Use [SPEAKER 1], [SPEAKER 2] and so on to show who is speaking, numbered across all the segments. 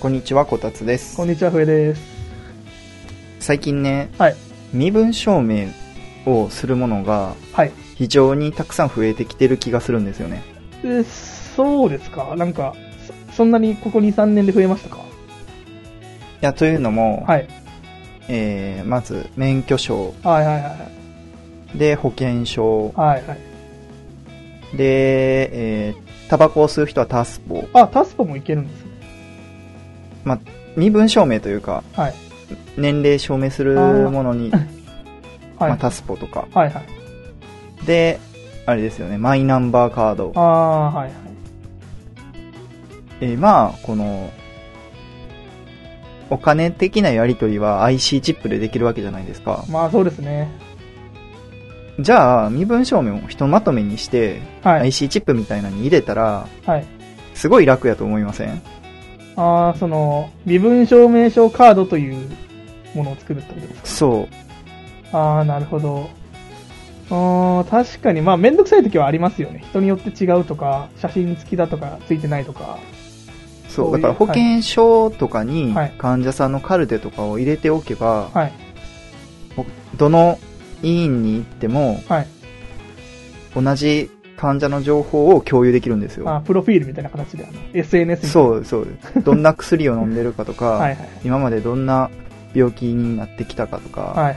[SPEAKER 1] こんにちは、こたつです
[SPEAKER 2] こ。んにちは、笛です。
[SPEAKER 1] 最近ね、
[SPEAKER 2] はい。
[SPEAKER 1] 身分証明をするものが
[SPEAKER 2] はい。
[SPEAKER 1] 非常にたくさん増えてきてる気がするんですよね。
[SPEAKER 2] え、そうですかなんか、そそんなにここ2、3年で増えましたか
[SPEAKER 1] いや、というのも、
[SPEAKER 2] はい。
[SPEAKER 1] えー、まず、免許証、
[SPEAKER 2] はいはいはい
[SPEAKER 1] で、保険証、
[SPEAKER 2] はい。はいはい。
[SPEAKER 1] で、えー、タバコを吸う人はタスポ。
[SPEAKER 2] あ、タスポもいけるんですね。
[SPEAKER 1] 身分証明というか、
[SPEAKER 2] はい。
[SPEAKER 1] 年齢証明するものに、
[SPEAKER 2] はい。
[SPEAKER 1] まあ、タスポとか。
[SPEAKER 2] はいはい。
[SPEAKER 1] で、あれですよね、マイナンバーカード
[SPEAKER 2] あ。あー、はいはい。
[SPEAKER 1] えーまあ、この、お金的なやり取りは IC チップでできるわけじゃないですか。
[SPEAKER 2] まあそうですね。
[SPEAKER 1] じゃあ、身分証明をひとまとめにして、
[SPEAKER 2] はい。
[SPEAKER 1] IC チップみたいなのに入れたら、
[SPEAKER 2] はい。
[SPEAKER 1] すごい楽やと思いません
[SPEAKER 2] ああ、その、身分証明書カードというものを作るってことですか
[SPEAKER 1] そ
[SPEAKER 2] ああ、なるほど。うーん、確かに、まあめんどくさい時はありますよね。人によって違うとか、写真付きだとか、ついてないとか。
[SPEAKER 1] う。そう。
[SPEAKER 2] そういう
[SPEAKER 1] だから保険証とかに
[SPEAKER 2] はい
[SPEAKER 1] 患者さんのカルテとかを入れておけば、
[SPEAKER 2] はい。
[SPEAKER 1] どの医院に行っても
[SPEAKER 2] はい。
[SPEAKER 1] 同じ患者の情報を共有できるんです
[SPEAKER 2] ま
[SPEAKER 1] よ。
[SPEAKER 2] あ、プロフィールみたいな形で、あの、SNS みたいな。
[SPEAKER 1] そうですそうです。どんな薬を飲んでるかとか、
[SPEAKER 2] はいはい。
[SPEAKER 1] 今までどんな病気になってきたかとか、
[SPEAKER 2] はいはい。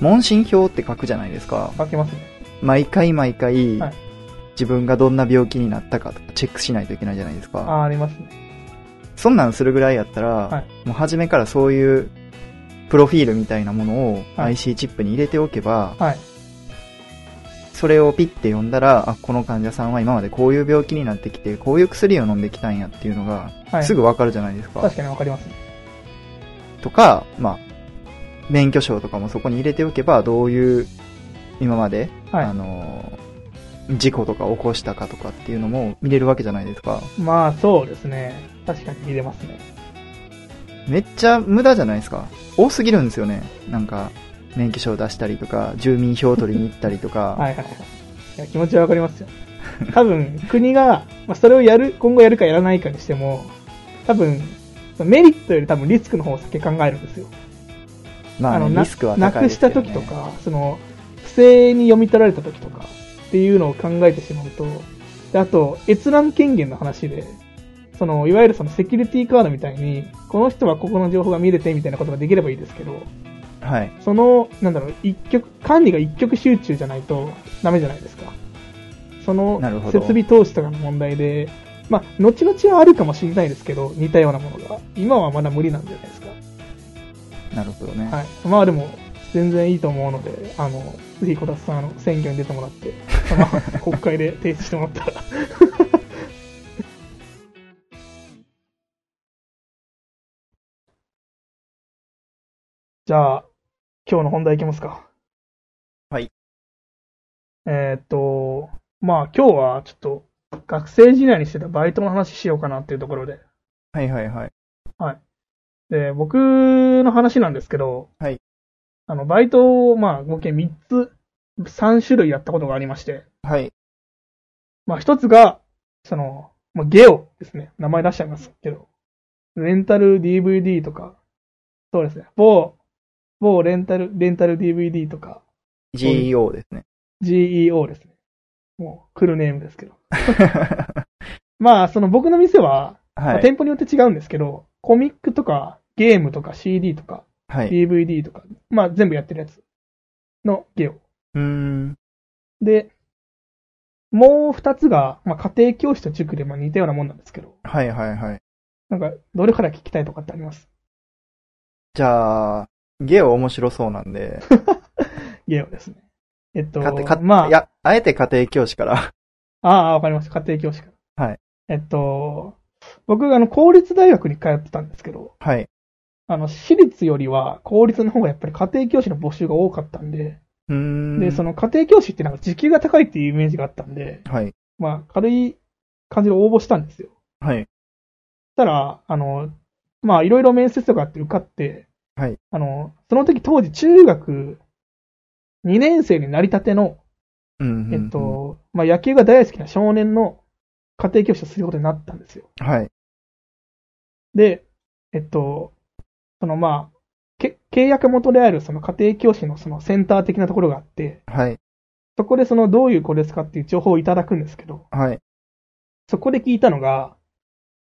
[SPEAKER 1] 問診票って書くじゃないですか。
[SPEAKER 2] 書けますね。
[SPEAKER 1] 毎回毎回、
[SPEAKER 2] はい
[SPEAKER 1] 自分がどんな病気になったかとかチェックしないといけないじゃないですか。
[SPEAKER 2] ああ、ありますね。
[SPEAKER 1] そんなんするぐらいやったら、
[SPEAKER 2] い
[SPEAKER 1] もう初めからそういうプロフィールみたいなものを
[SPEAKER 2] はい
[SPEAKER 1] IC チップに入れておけば、
[SPEAKER 2] はい。
[SPEAKER 1] それをピッて読んだら、あ、この患者さんは今までこういう病気になってきて、こういう薬を飲んできたんやっていうのが、
[SPEAKER 2] はい。
[SPEAKER 1] すぐわかるじゃないですか。
[SPEAKER 2] 確かにわかりますね。
[SPEAKER 1] とか、まあ、免許証とかもそこに入れておけば、どういう、今まで、
[SPEAKER 2] はい
[SPEAKER 1] あの、事故とか起こしたかとかっていうのも見れるわけじゃないですか。
[SPEAKER 2] まあ、そうですね。確かに見れますね。
[SPEAKER 1] めっちゃ無駄じゃないですか。多すぎるんですよね。なんか、免許証出したりとか、住民票取りに行ったりとか。
[SPEAKER 2] はいはいはい。いや、気持ちはわかりますよ。多分、国が、まあ、それをやる、今後やるかやらないかにしても、多分、メリットより多分リスクの方を先考えるんですよ。
[SPEAKER 1] まあ、ね、
[SPEAKER 2] な
[SPEAKER 1] リスクは高いですよ、ね。
[SPEAKER 2] なくした時とか、その、不正に読み取られた時とか、っていうのを考えてしまうと、であと、閲覧権限の話で、その、いわゆるそのセキュリティカードみたいに、この人はここの情報が見れてみたいなことができればいいですけど、
[SPEAKER 1] はい。
[SPEAKER 2] その、なんだろう、一極、管理が一極集中じゃないとダメじゃないですか。その
[SPEAKER 1] なるほ、ど
[SPEAKER 2] 設備投資とかの問題で、まあ、後々はあるかもしれないですけど、似たようなものが。今はまだ無理なんじゃないですか。
[SPEAKER 1] なるほどね。
[SPEAKER 2] はい。まあでも、全然いいと思うので、あの、ぜひこたつさん、あの、選挙に出てもらって、 その国会で提出してもらったら。 じゃあ、今日の本題いきますか。
[SPEAKER 1] はい。
[SPEAKER 2] えーっと、まあ今日はちょっと、学生時代にしてたバイトの話しようかなっていうところで。
[SPEAKER 1] はいはいはい。
[SPEAKER 2] で、僕の話なんですけど、
[SPEAKER 1] はい。
[SPEAKER 2] あの、バイトを、まあ、合計3つ、3種類やったことがありまして、
[SPEAKER 1] はい。
[SPEAKER 2] まあ、1つが、その、まあ、ゲオですね。名前出しちゃいますけど、レンタル DVD とか、そうですね。某、某レンタル、レンタル DVD とか、
[SPEAKER 1] GEO です ね。
[SPEAKER 2] GEO ですね。もう、フルネームですけど。まあ、その僕の店は、まあ
[SPEAKER 1] はい。
[SPEAKER 2] 店舗によって違うんですけど、コミックとか、ゲームとか CD とか、
[SPEAKER 1] はい。
[SPEAKER 2] DVD とか、まあ全部やってるやつのゲオ。
[SPEAKER 1] うーん。
[SPEAKER 2] で、もう二つが、まあ家庭教師と塾でまあ似たようなもんなんですけど、
[SPEAKER 1] はいはいはい。
[SPEAKER 2] なんか、どれから聞きたいとかってあります
[SPEAKER 1] じゃあ、ゲオ面白そうなんで、
[SPEAKER 2] ゲオですね。えっと、
[SPEAKER 1] 家庭家
[SPEAKER 2] まあ、
[SPEAKER 1] いや、あえて家庭教師から。
[SPEAKER 2] ああ、わかりました。家庭教師から。
[SPEAKER 1] はい。
[SPEAKER 2] えっと、僕、あの、公立大学に通ってたんですけど、
[SPEAKER 1] はい。
[SPEAKER 2] あの、私立よりは公立の方がやっぱり家庭教師の募集が多かったんで、
[SPEAKER 1] うーん。
[SPEAKER 2] で、その家庭教師ってなんか時給が高いっていうイメージがあったんで、
[SPEAKER 1] はい。
[SPEAKER 2] まあ、軽い感じで応募したんですよ。
[SPEAKER 1] はい。
[SPEAKER 2] そしたら、あの、まあ、いろいろ面接とかあって受かって、
[SPEAKER 1] はい。
[SPEAKER 2] あの、その時当時中学2年生になりたての、
[SPEAKER 1] うんうんうん
[SPEAKER 2] えっと、、まあ、野球が大好きな少年の家庭教師をすることになったんですよ。
[SPEAKER 1] はい。
[SPEAKER 2] で、えっと、そのまあ、け契約元であるその家庭教師のそのセンター的なところがあって、
[SPEAKER 1] はい。
[SPEAKER 2] そこでそのどういう子ですかっていう情報をいただくんですけど、
[SPEAKER 1] はい。
[SPEAKER 2] そこで聞いたのが、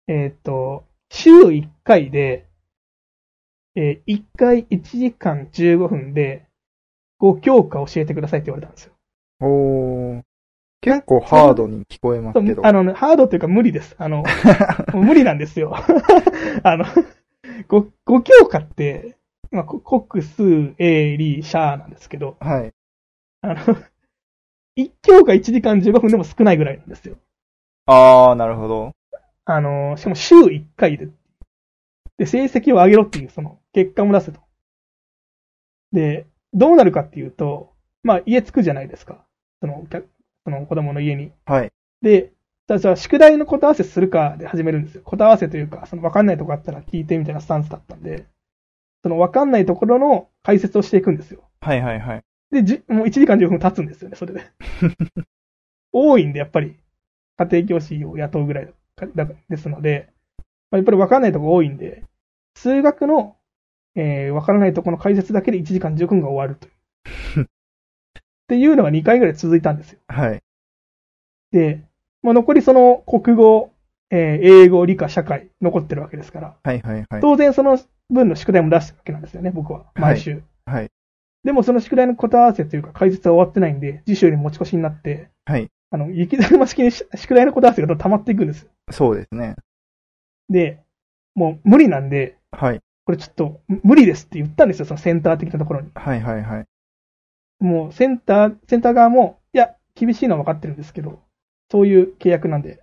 [SPEAKER 2] えーっと、週1回で、えー1回1時間15分で、5教科教えてくださいって言われたんですよ。
[SPEAKER 1] おー。結構ハードに聞こえますけど。
[SPEAKER 2] あの、ハードというか無理です。あの、もう無理なんですよ。 あの、5, 5教科って、まあ、こ国数、英、理、社なんですけど、
[SPEAKER 1] はい。
[SPEAKER 2] あの、1教科1時間15分でも少ないぐらいなんですよ。
[SPEAKER 1] あー、なるほど。
[SPEAKER 2] あの、しかも週1回で。で、成績を上げろっていう、その、結果も出せと。で、どうなるかっていうと、まあ、家着くじゃないですか。その、お客その子供の家に。
[SPEAKER 1] はい。
[SPEAKER 2] で、じゃあじゃあ宿題の答え合わせするかで始めるんですよ。答え合わせというか、その、わかんないとこあったら聞いてみたいなスタンスだったんで、その、わかんないところの解説をしていくんですよ。
[SPEAKER 1] はいはいはい。
[SPEAKER 2] で、じもう1時間15分経つんですよね、それで。多いんで、やっぱり、家庭教師を雇うぐらいだだですので、まあ、やっぱり分からないとこ多いんで、数学の、えー、分からないとこの解説だけで1時間15分が終わるという。っていうのが2回ぐらい続いたんですよ。
[SPEAKER 1] はい。
[SPEAKER 2] で、まあ、残りその国語、えー英語、理科、社会、残ってるわけですから、
[SPEAKER 1] はいはいはい。
[SPEAKER 2] 当然その分の宿題も出してるわけなんですよね、僕は。毎週。
[SPEAKER 1] はい。
[SPEAKER 2] でもその宿題の答え合わせというか解説は終わってないんで、次週に持ち越しになって、
[SPEAKER 1] はい。
[SPEAKER 2] あの、雪だるま式にし宿題の答え合わせがどんどん溜まっていくんですよ。
[SPEAKER 1] そうですね。
[SPEAKER 2] で、もう無理なんで、
[SPEAKER 1] はい。
[SPEAKER 2] これちょっとむ無理ですって言ったんですよ、そのセンター的なところに。
[SPEAKER 1] はいはいはい。
[SPEAKER 2] もうセンター、センター側も、いや、厳しいのは分かってるんですけど、そういう契約なんで、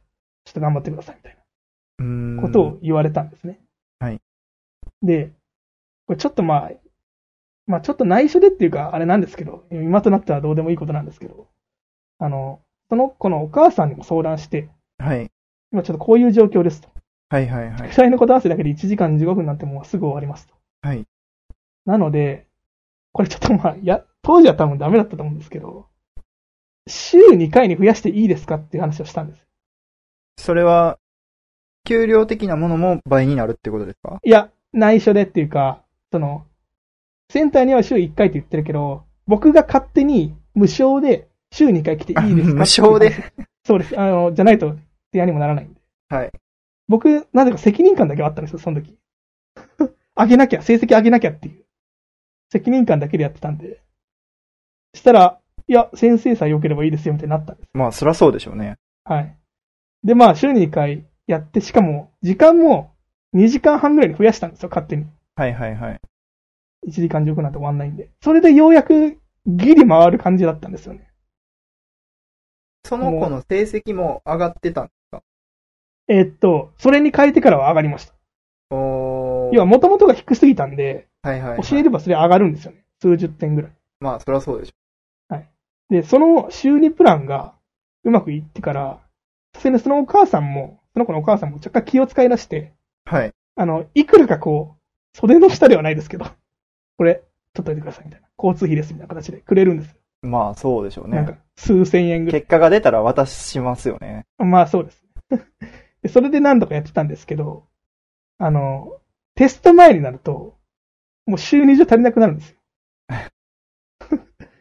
[SPEAKER 2] ちょっと頑張ってくださいみたいう
[SPEAKER 1] ーん。
[SPEAKER 2] なことを言われたんですね。
[SPEAKER 1] はい。
[SPEAKER 2] で、これちょっとまあ、まあちょっと内緒でっていうか、あれなんですけど、今となってはどうでもいいことなんですけど、あの、その子のお母さんにも相談して、
[SPEAKER 1] はい。
[SPEAKER 2] 今ちょっとこういう状況ですと。
[SPEAKER 1] はいはいはい
[SPEAKER 2] 宿。題の答え合わせだけで1時間15分なんてもうすぐ終わりますと。
[SPEAKER 1] はい。
[SPEAKER 2] なので、これちょっとまあ、や、当時は多分ダメだったと思うんですけど、週2回に増やしていいですかっていう話をしたんです。
[SPEAKER 1] それは、給料的なものも倍になるってことですか
[SPEAKER 2] いや、内緒でっていうか、その、センターには週1回って言ってるけど、僕が勝手に無償で週2回来ていいですかっていう 話
[SPEAKER 1] 無償で。
[SPEAKER 2] そうです。あの、じゃないと、手にもならないんで。
[SPEAKER 1] はい。
[SPEAKER 2] 僕、なぜか責任感だけはあったんですよ、その時。 上げなきゃ、成績上げなきゃっていう。責任感だけでやってたんで。したら、いや、先生さえ良ければいいですよ、みたいになったんです。
[SPEAKER 1] まあ、そらそうでしょうね。
[SPEAKER 2] はい。で、まあ、週に2回やって、しかも、時間も2時間半ぐらいに増やしたんですよ、勝手に。
[SPEAKER 1] はいはいはい。
[SPEAKER 2] 1時間15分なんて終わんないんで。それでようやくギリ回る感じだったんですよね。
[SPEAKER 1] その子の成績も上がってたんですか
[SPEAKER 2] えーっと、それに変えてからは上がりました。
[SPEAKER 1] おー
[SPEAKER 2] 要は、元々が低すぎたんで、
[SPEAKER 1] はいはい、はい。
[SPEAKER 2] 教えればそれ上がるんですよね。数十点ぐらい。
[SPEAKER 1] まあ、そらそうでしょ
[SPEAKER 2] で、その修理プランがうまくいってから、さすがにそのお母さんも、その子のお母さんも若干気を使い出して、
[SPEAKER 1] う。はい。
[SPEAKER 2] あの、いくらかこう、袖の下ではないですけど、これ、取っといてくださいみたいな。交通費ですみたいな形でくれるんです。
[SPEAKER 1] まあ、そうでしょう
[SPEAKER 2] なん
[SPEAKER 1] ね
[SPEAKER 2] か。、数千円ぐらい。
[SPEAKER 1] 結果が出たら渡しますよね。
[SPEAKER 2] まあそうです。 でそれで何度かやってたんですけど、あの、テスト前になると、もう収入所足りなくなるんですよ。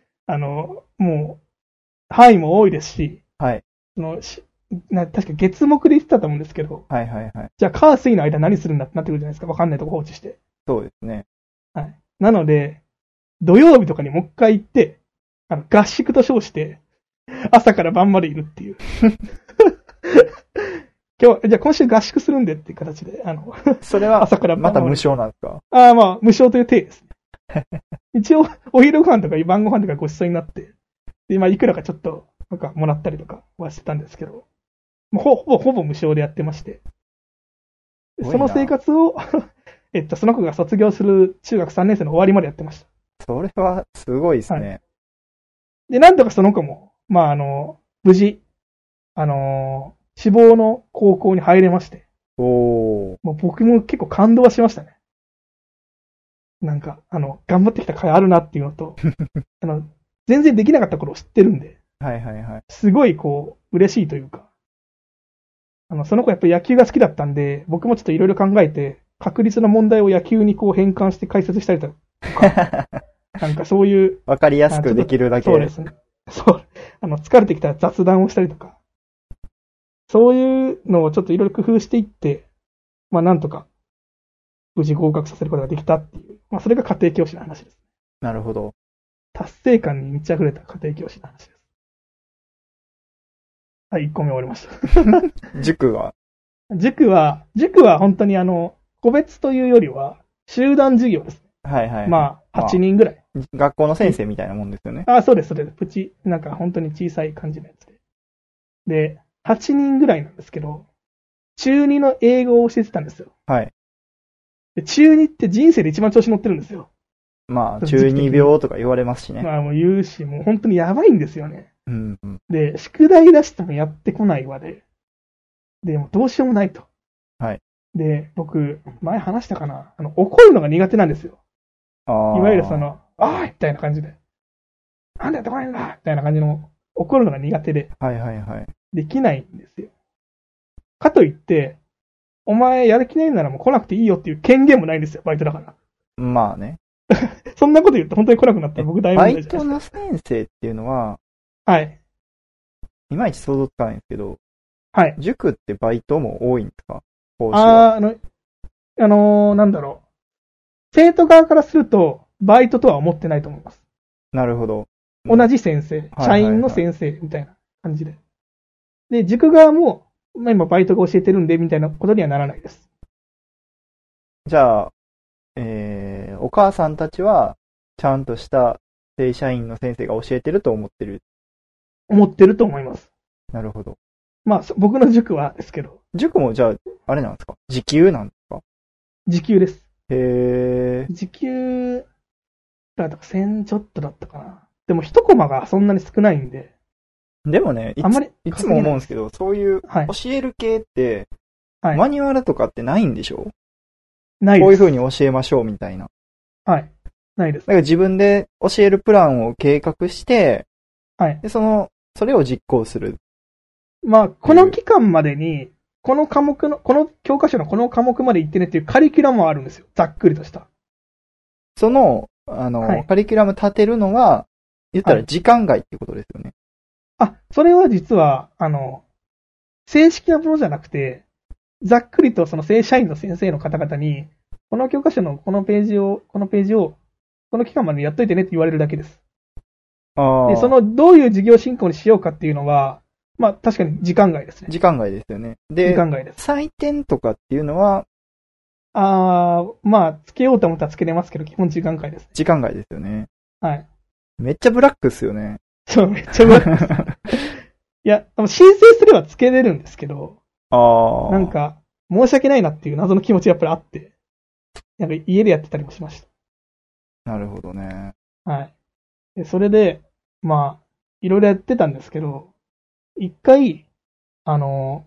[SPEAKER 2] あの、もう、範囲も多いですし、
[SPEAKER 1] はい。
[SPEAKER 2] そのしな確か月目で言ってたと思うんですけど、
[SPEAKER 1] はいはいはい。
[SPEAKER 2] じゃあ、火水の間何するんだってなってくるじゃないですか。わかんないとこ放置して。
[SPEAKER 1] そうですね。
[SPEAKER 2] はい。なので、土曜日とかにもう一回行って、あの合宿と称して、朝から晩までいるっていう。 今日、じゃあ今週合宿するんでっていう形で、あの、
[SPEAKER 1] それは、
[SPEAKER 2] 朝から晩
[SPEAKER 1] また無
[SPEAKER 2] で
[SPEAKER 1] 償なんですか
[SPEAKER 2] ああ、まあ、無償という体ですね。 一応、お昼ご飯とか晩ご飯とかご馳走になって、で、まあ、いくらかちょっと、なんか、もらったりとかはしてたんですけど、もうほほぼ、ほぼ無償でやってまして、
[SPEAKER 1] すごい
[SPEAKER 2] そ
[SPEAKER 1] な
[SPEAKER 2] の生活を、 えっと、その子が卒業する中学3年生の終わりまでやってました。
[SPEAKER 1] それは、すごいですね。
[SPEAKER 2] で、なんとかその子も、まあ、あの、無事、あのー志望の高校に入れまして、
[SPEAKER 1] おー。
[SPEAKER 2] もう僕も結構感動はしましたね。なんか、あの、頑張ってきた甲斐あるなっていうのと、あの、全然できなかった頃を知ってるんで、
[SPEAKER 1] はいはい はい。
[SPEAKER 2] すごいこう、嬉しいというか、あの、その子やっぱり野球が好きだったんで、僕もちょっといろいろ考えて、確率の問題を野球にこう変換して解説したりとか、なんかそういう、
[SPEAKER 1] わかりやすくできるだけ。
[SPEAKER 2] そうですね。そう。 あの、疲れてきたら雑談をしたりとか、そういうのをちょっといろいろ工夫していって、まあなんとか、無事合格させることができたっていう、まあそれが家庭教師の話です。
[SPEAKER 1] なるほ ど。
[SPEAKER 2] 達成感に満ち溢れた家庭教師の話です。はい、1個目終わりました。
[SPEAKER 1] 塾は、
[SPEAKER 2] 塾は、塾は本当にあの、個別というよりは、集団授業です。
[SPEAKER 1] はいはい。
[SPEAKER 2] まあ、
[SPEAKER 1] まあ
[SPEAKER 2] 8人ぐらい。
[SPEAKER 1] 学校の先生みたいなもんですよね。
[SPEAKER 2] ああ、そうです、そうです。プチ、なんか本当に小さい感じのやつで。で、8人ぐらいなんですけど、中2の英語を教えてたんですよ。
[SPEAKER 1] はい。
[SPEAKER 2] で中2って人生で一番調子乗ってるんですよ。
[SPEAKER 1] まあ、中二病とか言われますしね。
[SPEAKER 2] まあもう言うし、もう本当にやばいんですよね。
[SPEAKER 1] うんうん。
[SPEAKER 2] で、宿題出してもやってこないわで。で、もうどうしようもないと。
[SPEAKER 1] はい。
[SPEAKER 2] で、僕、前話したかなあの、怒るのが苦手なんですよ。
[SPEAKER 1] ああ。
[SPEAKER 2] いわゆるそ、の、ああみたいな感じで、なんでやってこないんだみたいな感じの、怒るのが苦手で、
[SPEAKER 1] はいはいはい。
[SPEAKER 2] できないんですよ。かといって、お前やる気ないならもう来なくていいよっていう権限もないんですよ、バイトだから。
[SPEAKER 1] まあね。
[SPEAKER 2] そんなこと言って本当に来なくなったら僕大問
[SPEAKER 1] バ
[SPEAKER 2] 題
[SPEAKER 1] イ
[SPEAKER 2] じゃ
[SPEAKER 1] ト
[SPEAKER 2] ないです
[SPEAKER 1] の先生っていうのは、
[SPEAKER 2] か。はい。
[SPEAKER 1] いまいち想像つかないんですけど、
[SPEAKER 2] はい。
[SPEAKER 1] 塾ってバイトも多いんですか講師は。
[SPEAKER 2] あーあの、あのーなんだろう。生徒側からすると、バイトとは思ってないと思います。
[SPEAKER 1] なるほど。
[SPEAKER 2] 同じ先生、
[SPEAKER 1] はい
[SPEAKER 2] 社員の先生みたいな感じで。で、塾側も、まあ、今バイトが教えてるんで、みたいなことにはならないです。
[SPEAKER 1] じゃあ、えー、お母さんたちは、ちゃんとした正社員の先生が教えてると思ってる。
[SPEAKER 2] 思ってると思います。
[SPEAKER 1] なるほど。
[SPEAKER 2] まあ、そ僕の塾はですけど、
[SPEAKER 1] 塾もじゃあ、あれなんですか時給なんですか
[SPEAKER 2] 時給です。
[SPEAKER 1] へー。
[SPEAKER 2] 時給、だから1000ちょっとだったかな。でも一コマがそんなに少ないんで、
[SPEAKER 1] でもね、いつ
[SPEAKER 2] あんまり、
[SPEAKER 1] いつも思うんですけど、そういう
[SPEAKER 2] はい。
[SPEAKER 1] 教える系って、
[SPEAKER 2] はい
[SPEAKER 1] マニュアルとかってないんでしょ
[SPEAKER 2] ないです。
[SPEAKER 1] こういう風に教えましょうみたいな。
[SPEAKER 2] はい。ないです
[SPEAKER 1] だ。から自分で教えるプランを計画して、
[SPEAKER 2] はい。
[SPEAKER 1] で、その、それを実行する。
[SPEAKER 2] まあ、この期間までに、この科目の、この教科書のこの科目まで行ってねっていうカリキュラムはあるんですよ。ざっくりとした。
[SPEAKER 1] その、あの、
[SPEAKER 2] はい
[SPEAKER 1] カリキュラム立てるのは、言った
[SPEAKER 2] は
[SPEAKER 1] ら
[SPEAKER 2] い
[SPEAKER 1] 時間外っていうことですよね。
[SPEAKER 2] あ、それは実は、あの、正式なものじゃなくて、ざっくりとその正社員の先生の方々に、この教科書のこのページを、このページを、この期間までやっといてねって言われるだけです。
[SPEAKER 1] あ
[SPEAKER 2] で、
[SPEAKER 1] あ。
[SPEAKER 2] その、どういう事業進行にしようかっていうのは、まあ確かに時間外ですね。
[SPEAKER 1] 時間外ですよね。
[SPEAKER 2] 時
[SPEAKER 1] で、
[SPEAKER 2] 間外です。
[SPEAKER 1] 採点とかっていうのは、
[SPEAKER 2] あー、まあ、つけようと思ったらつけれますけど、基本時間外ですね。
[SPEAKER 1] 時間外ですよね。
[SPEAKER 2] はい。
[SPEAKER 1] めっちゃブラックっすよね。
[SPEAKER 2] そう、めっちゃう まい。 いや、でも申請すればつけれるんですけど、
[SPEAKER 1] ああ。
[SPEAKER 2] なん。か、申し訳ないなっていう謎の気持ちがやっぱりあって、なんか家でやってたりもしまし
[SPEAKER 1] なるほどね。
[SPEAKER 2] た。はい。でそれで、まあ、いろいろやってたんですけど、一回、あの、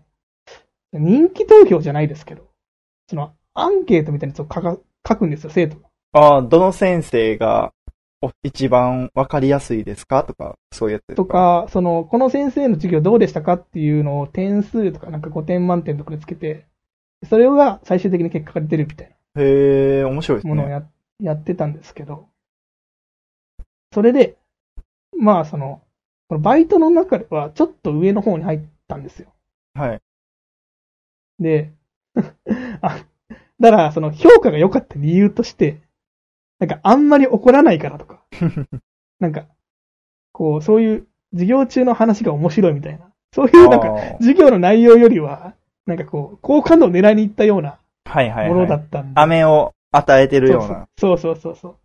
[SPEAKER 2] 人気投票じゃないですけど、その、アンケートみたいなやつを書か書くんですよ、生徒が。
[SPEAKER 1] ああ、どの先生が、お一番わかりやすいですかとか、そういうやつです
[SPEAKER 2] とか、その、この先生の授業どうでしたかっていうのを点数とか、なんか5点満点とかでつけて、それが最終的に結果が出るみたいな。
[SPEAKER 1] へえ、面白いです
[SPEAKER 2] ものを
[SPEAKER 1] ね。
[SPEAKER 2] や,、やってたんですけど、それで、まあその、このバイトの中ではちょっと上の方に入ったんですよ。
[SPEAKER 1] はい。
[SPEAKER 2] で、 あ、だからその評価が良かった理由として、なんかあんまり怒らないからとか、なんか、こう、そういう授業中の話が面白いみたいな、そういうなん か
[SPEAKER 1] あ
[SPEAKER 2] 授業の内容よりは、なんかこう、好感度を狙いに行ったような
[SPEAKER 1] あはいはい、はい。
[SPEAKER 2] ものだったんで、
[SPEAKER 1] 飴を与えてるような。
[SPEAKER 2] そうそうそうそうそう。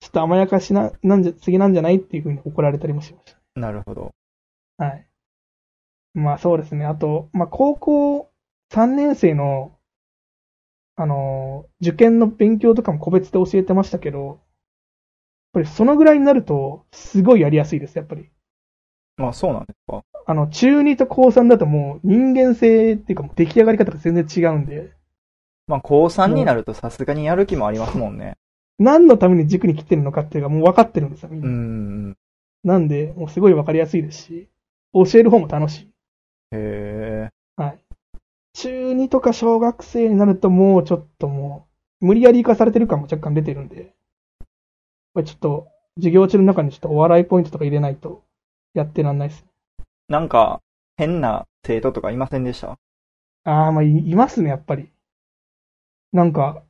[SPEAKER 2] ちょっと甘やかしな、なんじゃ、次なんじゃないっていうふうに怒られたりもしまし
[SPEAKER 1] なるほど。
[SPEAKER 2] た。はい。まあそうですね。あと、まあ高校3年生の、あのー、受験の勉強とかも個別で教えてましたけど、やっぱりそのぐらいになると、すごいやりやすいです、やっぱり。
[SPEAKER 1] まあそうなんですか。
[SPEAKER 2] あの、中2と高3だともう人間性っていうかもう出来上がり方が全然違うんで、
[SPEAKER 1] まあ高3になるとさすがにやる気もありますもんね。
[SPEAKER 2] 何のために塾に来てるのかっていうのがもう分かってるんですよ、みん
[SPEAKER 1] う
[SPEAKER 2] な。
[SPEAKER 1] ん。
[SPEAKER 2] なんで、もうすごい分かりやすいですし、教える方も楽しい。
[SPEAKER 1] へえ。
[SPEAKER 2] はい。中2とか小学生になるともうちょっともう、無理やり生かされてる感も若干出てるんで、これちょっと、授業中の中にちょっとお笑いポイントとか入れないと、やってらんないです。
[SPEAKER 1] なんか、変な生徒とかいませんでした
[SPEAKER 2] ああ、まあ、いいますね、やっぱり。なんか、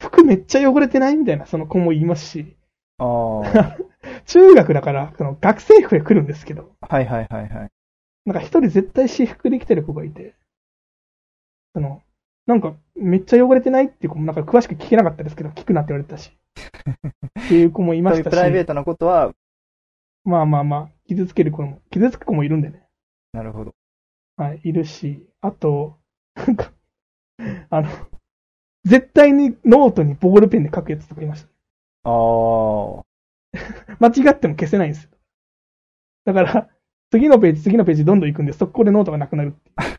[SPEAKER 2] 服めっちゃ汚れてないみたいな、その子もいますし、
[SPEAKER 1] ああ。 はい
[SPEAKER 2] 中学だから、その学生服で来るんですけど、
[SPEAKER 1] はいはいはい。
[SPEAKER 2] なんか一人絶対私服で来てる子がいて、その、なんか、めっちゃ汚れてないっていう子も、なんか詳しく聞けなかったですけど、聞くなって言われて たし。っていう子もいま
[SPEAKER 1] そうい
[SPEAKER 2] し
[SPEAKER 1] う
[SPEAKER 2] た
[SPEAKER 1] プライベー
[SPEAKER 2] し、
[SPEAKER 1] トなことは、
[SPEAKER 2] まあまあまあ、傷つける子も、傷つく子もいるんでね。
[SPEAKER 1] なるほど。
[SPEAKER 2] はい、いるし、あと、なんか、あの、絶対にノートにボールペンで書くやつとかいました。
[SPEAKER 1] ああ。
[SPEAKER 2] 間違っても消せないんですよ。だから、次のページ、次のページどんどん行くんで、そこでノートがなくなるっ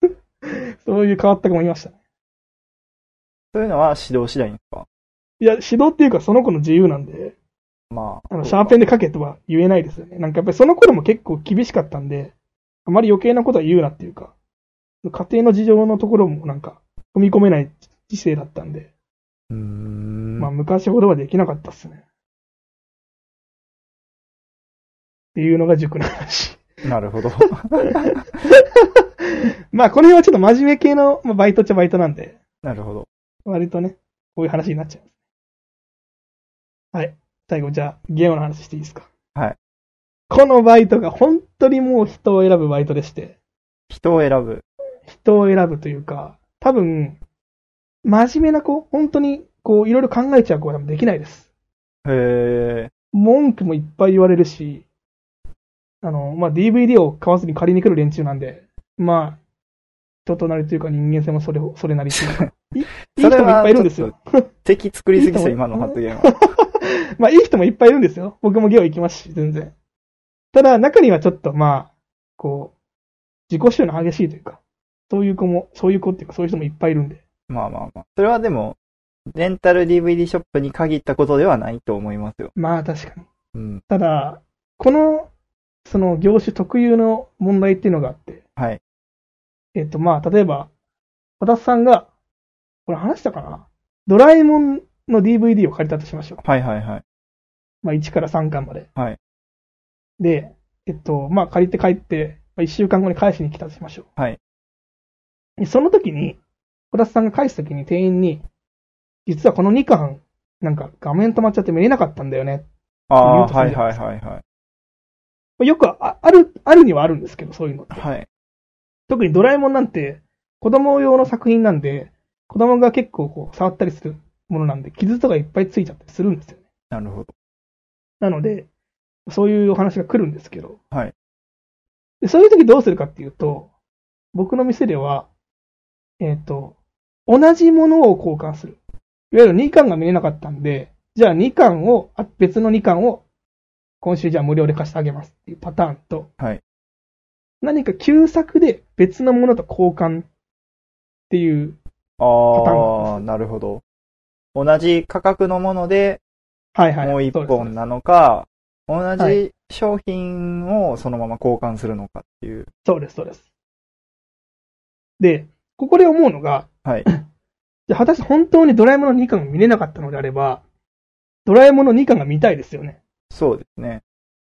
[SPEAKER 2] ていうそういう変わった子もいましたね。
[SPEAKER 1] そういうのは指導次第ですか
[SPEAKER 2] いや、指導っていうかその子の自由なんで、
[SPEAKER 1] まあ。
[SPEAKER 2] あの、シャーペンで書けとは言えないですよね。なんかやっぱりその頃も結構厳しかったんで、あまり余計なことは言うなっていうか、家庭の事情のところもなんか、踏み込めない知性だったんで、
[SPEAKER 1] うーん。
[SPEAKER 2] まあ昔ほどはできなかったっすね。っていうのが塾の話。
[SPEAKER 1] なるほど。
[SPEAKER 2] まあ、この辺はちょっと真面目系の、まあ、バイトっちゃバイトなんで、
[SPEAKER 1] なるほど。
[SPEAKER 2] 割とね、こういう話になっちゃいます。はい。最後、じゃあ、ゲームの話していいですか。
[SPEAKER 1] はい。
[SPEAKER 2] このバイトが本当にもう人を選ぶバイトでして、
[SPEAKER 1] 人を選ぶ。
[SPEAKER 2] 人を選ぶというか、多分、真面目な子、本当に、こう、いろいろ考えちゃう子は多分できないです。
[SPEAKER 1] へえ。
[SPEAKER 2] 文句もいっぱい言われるし、あの、まあ、DVD を買わずに借りに来る連中なんで、まあ、人となりというか人間性もそれを、それな りというか、いいい人もいっぱいいるんですよ。
[SPEAKER 1] 敵作りすぎそう、
[SPEAKER 2] いいと
[SPEAKER 1] 今
[SPEAKER 2] 思う
[SPEAKER 1] の発言は。
[SPEAKER 2] まあ、いい人もいっぱいいるんですよ。僕もゲオ行きますし、全然。ただ、中にはちょっと、まあ、こう、自己主張の激しいというか、そういう子も、そういう子っていうか、そういう人もいっぱいいるんで。
[SPEAKER 1] まあまあまあ。それはでも、レンタル DVD ショップに限ったことではないと思いますよ。
[SPEAKER 2] まあ、確かに。
[SPEAKER 1] うん。
[SPEAKER 2] ただ、この、その業種特有の問題っていうのがあって、
[SPEAKER 1] はい。
[SPEAKER 2] えっ、と、まあ、例えば、和田さんが、これ話したかなドラえもんの DVD を借りたとしましょう。
[SPEAKER 1] はいはいはい。
[SPEAKER 2] まあ、1から3巻まで。
[SPEAKER 1] はい。
[SPEAKER 2] で、えっと、まあ、借りて帰って、まあ、1週間後に返しに来たとしましょう。
[SPEAKER 1] はい。
[SPEAKER 2] でその時に、小田さんが返す時に店員に、実はこの2巻、なんか画面止まっちゃって見れなかったんだよね。
[SPEAKER 1] ああ、
[SPEAKER 2] 言うとす
[SPEAKER 1] は
[SPEAKER 2] る
[SPEAKER 1] い
[SPEAKER 2] じゃない
[SPEAKER 1] はい
[SPEAKER 2] ですか
[SPEAKER 1] はいはい。
[SPEAKER 2] よくあ、ある、あるにはあるんですけど、そういうのって。
[SPEAKER 1] はい。
[SPEAKER 2] 特にドラえもんなんて、子供用の作品なんで、子供が結構こう、触ったりするものなんで、傷とかいっぱいついちゃったりするんですよね。
[SPEAKER 1] なるほど。
[SPEAKER 2] なので、そういうお話が来るんですけど。
[SPEAKER 1] はい
[SPEAKER 2] で、そういう時どうするかっていうと、僕の店では、えっ、と、同じものを交換する。いわゆる2巻が見れなかったんで、じゃあ2巻を、あ別の2巻を、今週じゃあ無料で貸してあげますっていうパターンと、
[SPEAKER 1] はい
[SPEAKER 2] 何か旧作で別のものと交換っていう、パターン
[SPEAKER 1] ああ、
[SPEAKER 2] なんです
[SPEAKER 1] なるほど。同じ価格のもので、
[SPEAKER 2] はいはい。
[SPEAKER 1] もう一
[SPEAKER 2] そうです
[SPEAKER 1] 本なのか、同
[SPEAKER 2] は
[SPEAKER 1] じ商品をそのまま交換するのかっていう。
[SPEAKER 2] そうです、そうです。で、ここで思うのが、
[SPEAKER 1] はい。
[SPEAKER 2] じゃあ果たして本当にドラえもんの2巻が見れなかったのであれば、ドラえもんの2巻が見たいですよね。
[SPEAKER 1] そうですね。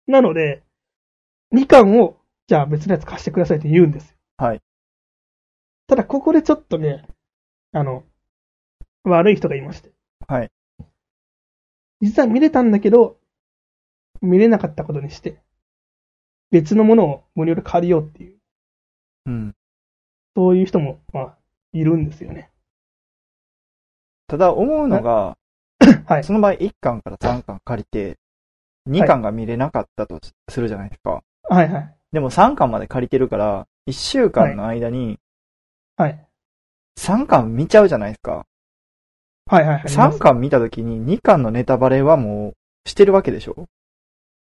[SPEAKER 2] なので、2巻を、じゃあ別のやつ貸してくださいって言うんですよ。
[SPEAKER 1] はい。
[SPEAKER 2] ただ、ここでちょっとね、あの、悪い人がいまして。
[SPEAKER 1] はい。
[SPEAKER 2] 実は見れたんだけど、見れなかったことにして、別のものを無料で借りようっていう、
[SPEAKER 1] うん。
[SPEAKER 2] そういう人も、まあ、いるんですよね。
[SPEAKER 1] ただ思うのが、
[SPEAKER 2] はい。
[SPEAKER 1] その場合1巻から3巻借りて、2巻が見れなかったとするじゃないですか。
[SPEAKER 2] はいはい。
[SPEAKER 1] でも3巻まで借りてるから、1週間の間に
[SPEAKER 2] はい。
[SPEAKER 1] 3巻見ちゃうじゃないですか。
[SPEAKER 2] はいはいはい。
[SPEAKER 1] 3巻見た時に2巻のネタバレはもうしてるわけでしょ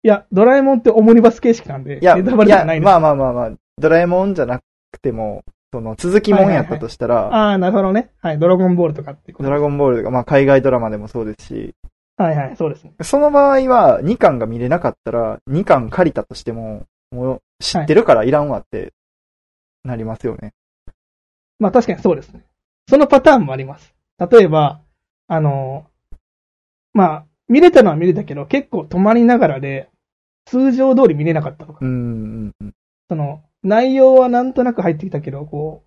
[SPEAKER 2] いや、ドラえもんってオモニバス形式なんで、
[SPEAKER 1] いや、
[SPEAKER 2] ネタバレじゃない
[SPEAKER 1] い
[SPEAKER 2] で
[SPEAKER 1] や
[SPEAKER 2] す。
[SPEAKER 1] まあまあまあまあ、ドラえもんじゃなくても、その続きもんやったとしたら、
[SPEAKER 2] ああ、なるほどね。はい。ドラゴンボールとかっていうこと
[SPEAKER 1] ドラゴンボールとか、まあ海外ドラマでもそうですし、
[SPEAKER 2] はいはい、そうですね。
[SPEAKER 1] その場合は2巻が見れなかったら、2巻借りたとしても、もう知ってるからいらんわってなりますよね。
[SPEAKER 2] まあ確かにそうですね。そのパターンもあります。例えば、あの、まあ、見れたのは見れたけど、結構止まりながらで、通常通り見れなかったとか、
[SPEAKER 1] うん、うん、
[SPEAKER 2] その、内容はなんとなく入ってきたけど、こ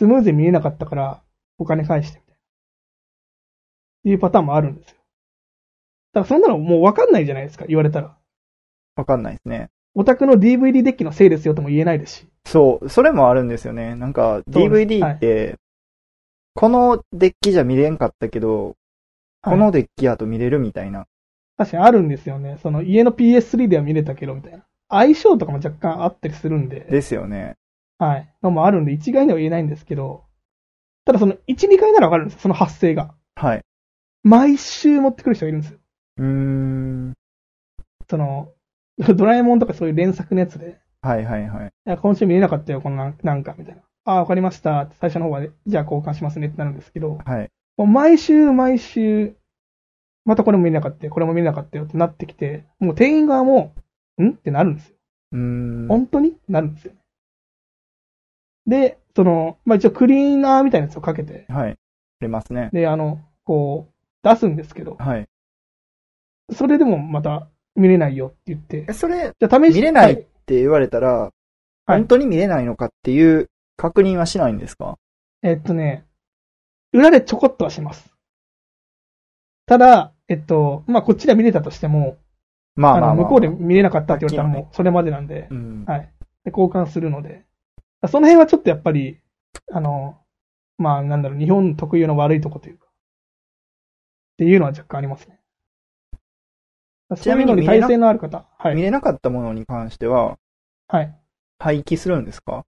[SPEAKER 2] う、スムーズに見れなかったから、お金返してみたいな。っていうパターンもあるんですよ。だからそんなのもうわかんないじゃないですか、言われたら。
[SPEAKER 1] わかんないですね。
[SPEAKER 2] オタクの DVD デッキのせいですよとも言えないですし。
[SPEAKER 1] そう、それもあるんですよね。なんか、
[SPEAKER 2] そうです
[SPEAKER 1] DVD って、このデッキじゃ見れんかったけど、
[SPEAKER 2] はい
[SPEAKER 1] このデッキやと見れるみたいな。
[SPEAKER 2] 確かにあるんですよね。その家の PS3 では見れたけど、みたいな。相性とかも若干あったりするんで、
[SPEAKER 1] ですよね。
[SPEAKER 2] はい。のもあるんで、一概には言えないんですけど、ただその、1、2回ならわかるんですよ、その発生が。
[SPEAKER 1] はい。
[SPEAKER 2] 毎週持ってくる人がいるんですよ。
[SPEAKER 1] うーん。
[SPEAKER 2] その、 ドラえもんとかそういう連作のやつで、
[SPEAKER 1] はいはいはい。
[SPEAKER 2] いや、今週見れなかったよ、このなんなんか、みたいな。ああ、わかりました。って最初の方は、じゃあ交換しますねってなるんですけど、
[SPEAKER 1] はい。
[SPEAKER 2] もう毎週毎週、またこれも見れなかったよ、これも見れなかったよってなってきて、もう店員側も、んってなるんですよ。
[SPEAKER 1] うーん。
[SPEAKER 2] 本当になるんですよね。で、その、まあ、一応クリーナーみたいなやつをかけて、
[SPEAKER 1] はい。ありますね。
[SPEAKER 2] で、あの、こう、出すんですけど、
[SPEAKER 1] はい。
[SPEAKER 2] それでもまた見れないよって言って
[SPEAKER 1] え、、それっ
[SPEAKER 2] じゃあ試し
[SPEAKER 1] 見れない
[SPEAKER 2] は
[SPEAKER 1] て言われたら、
[SPEAKER 2] はい
[SPEAKER 1] 本当に見れないのかっていう確認はしないんですか
[SPEAKER 2] えっとね、裏でちょこっとはします。ただ、えっと、まあ、こっちでは見れたとしても、
[SPEAKER 1] まあまあまあ
[SPEAKER 2] あ
[SPEAKER 1] ま
[SPEAKER 2] の
[SPEAKER 1] あ。
[SPEAKER 2] 向こうで見れなかったって言われたら
[SPEAKER 1] さっき
[SPEAKER 2] もうそれまでなんで
[SPEAKER 1] う、ん。
[SPEAKER 2] はい。で、交換するので。その辺はちょっとやっぱり、あの、まあなんだろう、日本特有の悪いとこというか、っていうのは若干ありますね。
[SPEAKER 1] ち
[SPEAKER 2] そ
[SPEAKER 1] な
[SPEAKER 2] うい
[SPEAKER 1] み
[SPEAKER 2] う
[SPEAKER 1] に見
[SPEAKER 2] のに
[SPEAKER 1] れな
[SPEAKER 2] 耐性のある方。は
[SPEAKER 1] 見
[SPEAKER 2] い。
[SPEAKER 1] れなかったものに関しては、
[SPEAKER 2] はい。
[SPEAKER 1] 廃棄するんですか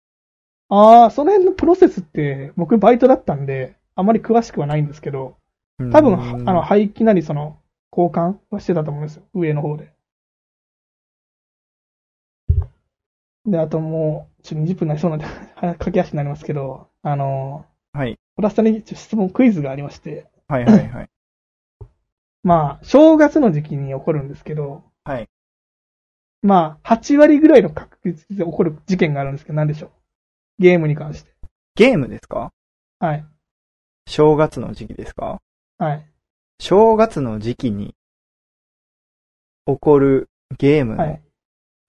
[SPEAKER 2] ああ、その辺のプロセスって、僕バイトだったんで、あまり詳しくはないんですけど、多分、あの、
[SPEAKER 1] は
[SPEAKER 2] 廃棄なりその、交換はしてたと思うんですよ。上の方で。で、あともう、ちょっと20分になりそうなんで、 早く駆け足になりますけど、あの、
[SPEAKER 1] はい。
[SPEAKER 2] 小田さんにちょっと質問クイズがありまして、
[SPEAKER 1] はいはいはい。
[SPEAKER 2] まあ、正月の時期に起こるんですけど、
[SPEAKER 1] はい。
[SPEAKER 2] まあ、8割ぐらいの確率で起こる事件があるんですけど、何でしょうゲームに関して。
[SPEAKER 1] ゲームですか
[SPEAKER 2] はい。
[SPEAKER 1] 正月の時期ですか
[SPEAKER 2] はい。
[SPEAKER 1] 正月の時期に起こるゲームの、
[SPEAKER 2] は
[SPEAKER 1] はい
[SPEAKER 2] い。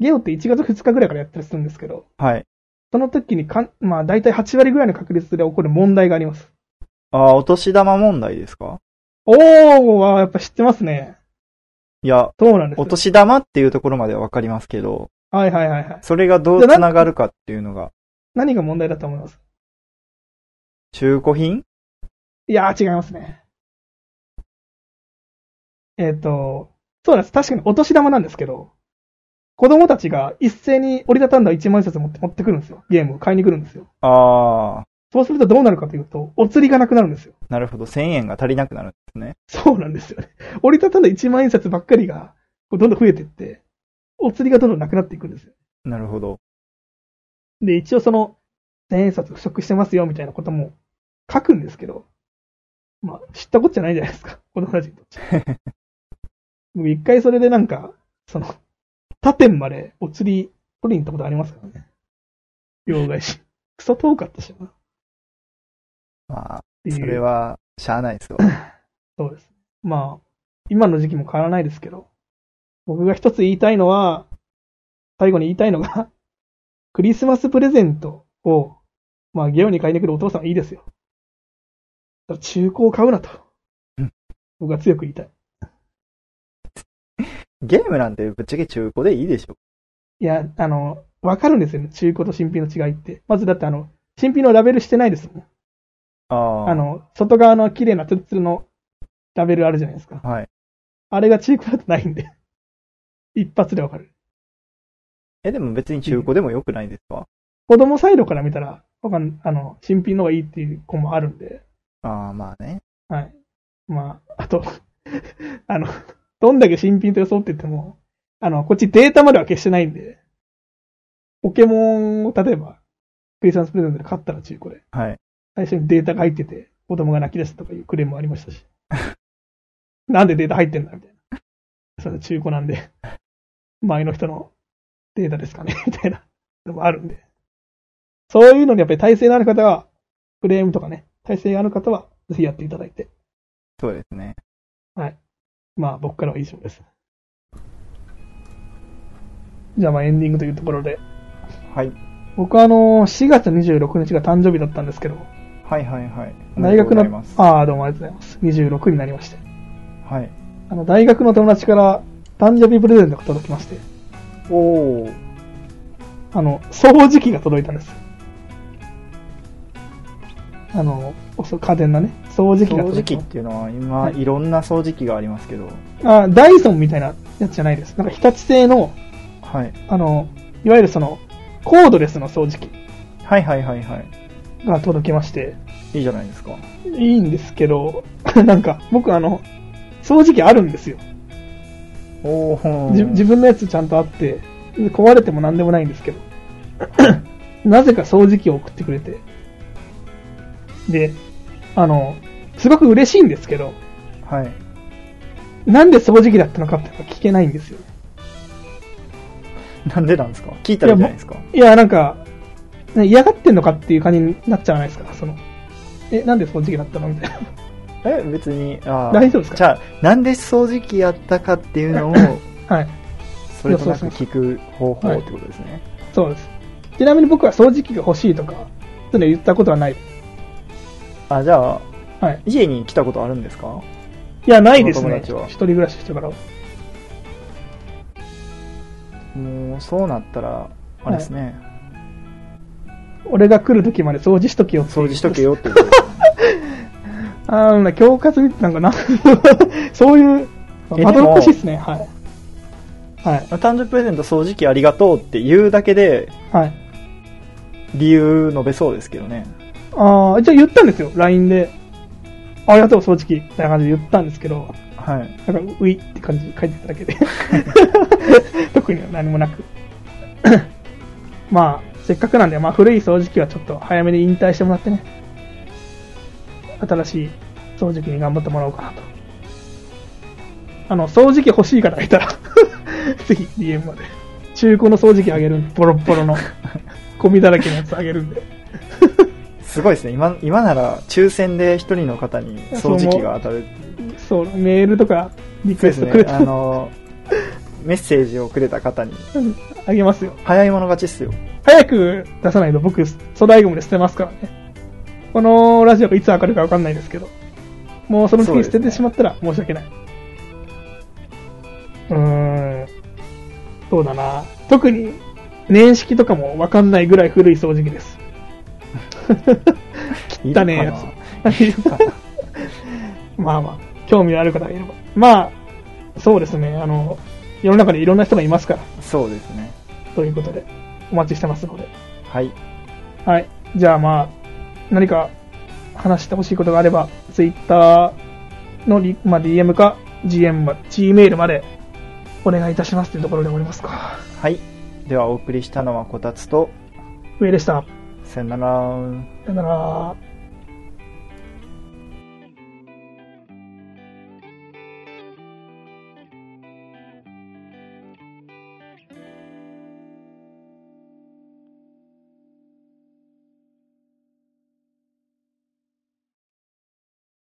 [SPEAKER 2] ゲオって1月2日ぐらいからやったりするんですけど、その時にかん、まあ大体8割ぐらいの確率で起こる問題があります。
[SPEAKER 1] あー、お年玉問題ですか
[SPEAKER 2] おーはやっぱ知ってますね。
[SPEAKER 1] いや、
[SPEAKER 2] そうなんです
[SPEAKER 1] お年玉っていうところまではわかりますけど、
[SPEAKER 2] はいはいはいはい。
[SPEAKER 1] それがどう
[SPEAKER 2] じゃあな
[SPEAKER 1] つ
[SPEAKER 2] ん
[SPEAKER 1] ながるかっていうのが、
[SPEAKER 2] 何が問題だと思います
[SPEAKER 1] 中古品
[SPEAKER 2] いやー違いますね。えっ、と、そうなんです。確かにお年玉なんですけど、子供たちが一斉に折りたたんだ1万円札持って持ってくるんですよ。ゲームを買いに来るんですよ。
[SPEAKER 1] ああ、
[SPEAKER 2] そうするとどうなるかというと、お釣りがなくなるんですよ。
[SPEAKER 1] なるほど。1000円が足りなくなるんですね。
[SPEAKER 2] そうなんですよね。 折りたたんだ1万円札ばっかりが、こうどんどん増えてって、お釣りがどんどんなくなっていくんですよ。
[SPEAKER 1] なるほど。
[SPEAKER 2] で、一応その、千円札腐食してますよみたいなことも書くんですけど、まあ、知ったこっちゃないじゃないですか。 この話にとっちゃ。 僕一回それでなんか、その、他店までお釣り取りに行ったことありますか らね。両替し。クソ遠かったしな。っ
[SPEAKER 1] まあ、
[SPEAKER 2] ていう。
[SPEAKER 1] それは、しゃあない ですよ。
[SPEAKER 2] そうです。まあ、今の時期も変わらないですけど、僕が一つ言いたいのは、最後に言いたいのが、 クリスマスプレゼントを、まあ、ゲオに買いに来るお父さんはいいですよ。ただ中古を買うなと
[SPEAKER 1] うん。
[SPEAKER 2] 僕は強く言いたい。
[SPEAKER 1] ゲームなんてぶっちゃけ中古でいいでしょ。
[SPEAKER 2] いや、あの、わかるんですよね。中古と新品の違いって。まずだってあの、新品のラベルしてないですもん。
[SPEAKER 1] ああ。
[SPEAKER 2] あの、外側の綺麗なツルツルのラベルあるじゃないですか。
[SPEAKER 1] はい。
[SPEAKER 2] あれが中古だとないんで。 一発でわかる。
[SPEAKER 1] え、でも別に中古でも良くないですか
[SPEAKER 2] 子供サイドから見たら、わかん、あの、新品の方がいいっていう子もあるんで、
[SPEAKER 1] ああ、まあね。
[SPEAKER 2] はい。まあ、あと、 あの、どんだけ新品と装ってても、あの、こっちデータまでは消してないんで、ポケモンを例えば、クリスマスプレゼントで買ったら中古で、
[SPEAKER 1] はい。
[SPEAKER 2] 最初にデータが入ってて、子供が泣き出したとかいうクレームもありました し、なんでデータ入ってんだみたいな。それ中古なんで、前の人のデ ータですかねみたいなのもあるんで。そういうのにやっぱり耐性のある方は、クレームとかね、体制がある方は、ぜ ひやっていただいて。
[SPEAKER 1] そうですね。
[SPEAKER 2] はい。まあ、僕からは以上です。じゃあ、まあ、エンディングというところで。
[SPEAKER 1] はい。
[SPEAKER 2] 僕は、あのー、4月26日が誕生日だったんですけど、
[SPEAKER 1] はいはいはい。
[SPEAKER 2] 大学
[SPEAKER 1] あり
[SPEAKER 2] の
[SPEAKER 1] がとう、ございま
[SPEAKER 2] ああ、どうもありがとうございます。26になりまして。
[SPEAKER 1] す。はい。
[SPEAKER 2] あの、大学の友達から誕生日プレゼントが届きまして、
[SPEAKER 1] おおー。
[SPEAKER 2] あの、掃除機が届いたんですよ。あの、そう家電のね、掃除機が
[SPEAKER 1] 掃除
[SPEAKER 2] 届
[SPEAKER 1] 機
[SPEAKER 2] き
[SPEAKER 1] っ
[SPEAKER 2] まして
[SPEAKER 1] いうのは今、
[SPEAKER 2] はい
[SPEAKER 1] い、ろんな掃除機がありますけど、
[SPEAKER 2] あ、ダイソンみたいなやつじゃないです。なんか日立製の、
[SPEAKER 1] はい、
[SPEAKER 2] あの、いわゆるその、コードレスの掃除機
[SPEAKER 1] はいはいはいはい
[SPEAKER 2] が届きまして、
[SPEAKER 1] いいじゃないですか
[SPEAKER 2] いいんですけど、 なんか、僕あの、掃除機あるんですよ。
[SPEAKER 1] おお
[SPEAKER 2] じ自分のやつちゃんとあって、壊れても何でもないんですけど、 なぜか掃除機を送ってくれて、で、あの、すごく嬉しいんですけど、
[SPEAKER 1] はい
[SPEAKER 2] なんで掃除機だったのかってやっぱ聞けないんですよ。
[SPEAKER 1] なんでなんですか聞いたらいいじゃないですか
[SPEAKER 2] いや、なんか、ね嫌がってんのかっていう感じになっちゃわないですか、その、え、なんで掃除機だったのみたいな。
[SPEAKER 1] え別にあー
[SPEAKER 2] 大丈夫ですか
[SPEAKER 1] じゃあなんで掃除機やったかっていうのを
[SPEAKER 2] はい。
[SPEAKER 1] それとなく聞く方法ってことですね
[SPEAKER 2] そうです。ちなみに僕は掃除機が欲しいとか、そういうの言ったことはない。
[SPEAKER 1] あじゃあ
[SPEAKER 2] はい。
[SPEAKER 1] 家に来たことあるんですか
[SPEAKER 2] いや、ないです
[SPEAKER 1] その
[SPEAKER 2] ね。
[SPEAKER 1] 友達は
[SPEAKER 2] 一人暮らししてからは。
[SPEAKER 1] もうそうなったらあれですね、
[SPEAKER 2] 俺が来る時まで掃除しとけよっていう
[SPEAKER 1] 掃除しとけよってことです
[SPEAKER 2] あのね、恐喝みたいなのかな。 そういう、
[SPEAKER 1] え
[SPEAKER 2] まどろっこしいですね。はい。はい。
[SPEAKER 1] 誕生日プレゼント掃除機ありがとうって言うだけで
[SPEAKER 2] はい。
[SPEAKER 1] 理由述べそうですけどね
[SPEAKER 2] ああ、じゃあ言ったんですよ。LINE で。ありがとう、掃除機。みたいな感じで言ったんですけど、
[SPEAKER 1] はい
[SPEAKER 2] なんか、ういって感じで書いてただけ で。特には何もなく。まあ、せっかくなんで、まあ、古い掃除機はちょっと早めに引退してもらってね。新しい掃除機に頑張ってもらおうかなと。あの、掃除機欲しい方がいたら、 ぜひ DM まで。中古の掃除機あげるんで、ボロッボロの。ゴミだらけのやつあげるんで。
[SPEAKER 1] すごいですね今今なら抽選で一人の方に掃除機が当たる
[SPEAKER 2] そう、メールとかリ
[SPEAKER 1] そ
[SPEAKER 2] ク
[SPEAKER 1] う
[SPEAKER 2] エ
[SPEAKER 1] で
[SPEAKER 2] ス
[SPEAKER 1] す
[SPEAKER 2] トくれ
[SPEAKER 1] ね
[SPEAKER 2] た
[SPEAKER 1] あ
[SPEAKER 2] ら、
[SPEAKER 1] のメッセージをくれた方に
[SPEAKER 2] あげますよ。
[SPEAKER 1] 早い者勝ちっすよ
[SPEAKER 2] 早く出さないと僕、粗大ゴミで捨てますからね。このラジオがいつ上がるかわかんないですけど、もうその時に捨ててしまったら申し訳ない。うーん、そうだな。特に、年式とかもわかんないぐらい古い掃除機です。
[SPEAKER 1] い
[SPEAKER 2] 汚ねえやつ まあまあ、興味のある方がいれば。まあ、そうですね、あの、世の中にいろんな人がいますから、
[SPEAKER 1] つそうですね
[SPEAKER 2] ということで、お待ちしてますので。
[SPEAKER 1] はい
[SPEAKER 2] はい。じゃあまあ、何か話してほしいことがあれば、Twitter のリ、まあ、DM か GM ま、Gmail までお願いいたしますというところで終わりますか。
[SPEAKER 1] はいではお送りしたのはこたつと
[SPEAKER 2] 上でした。
[SPEAKER 1] さよなら
[SPEAKER 2] さよなら。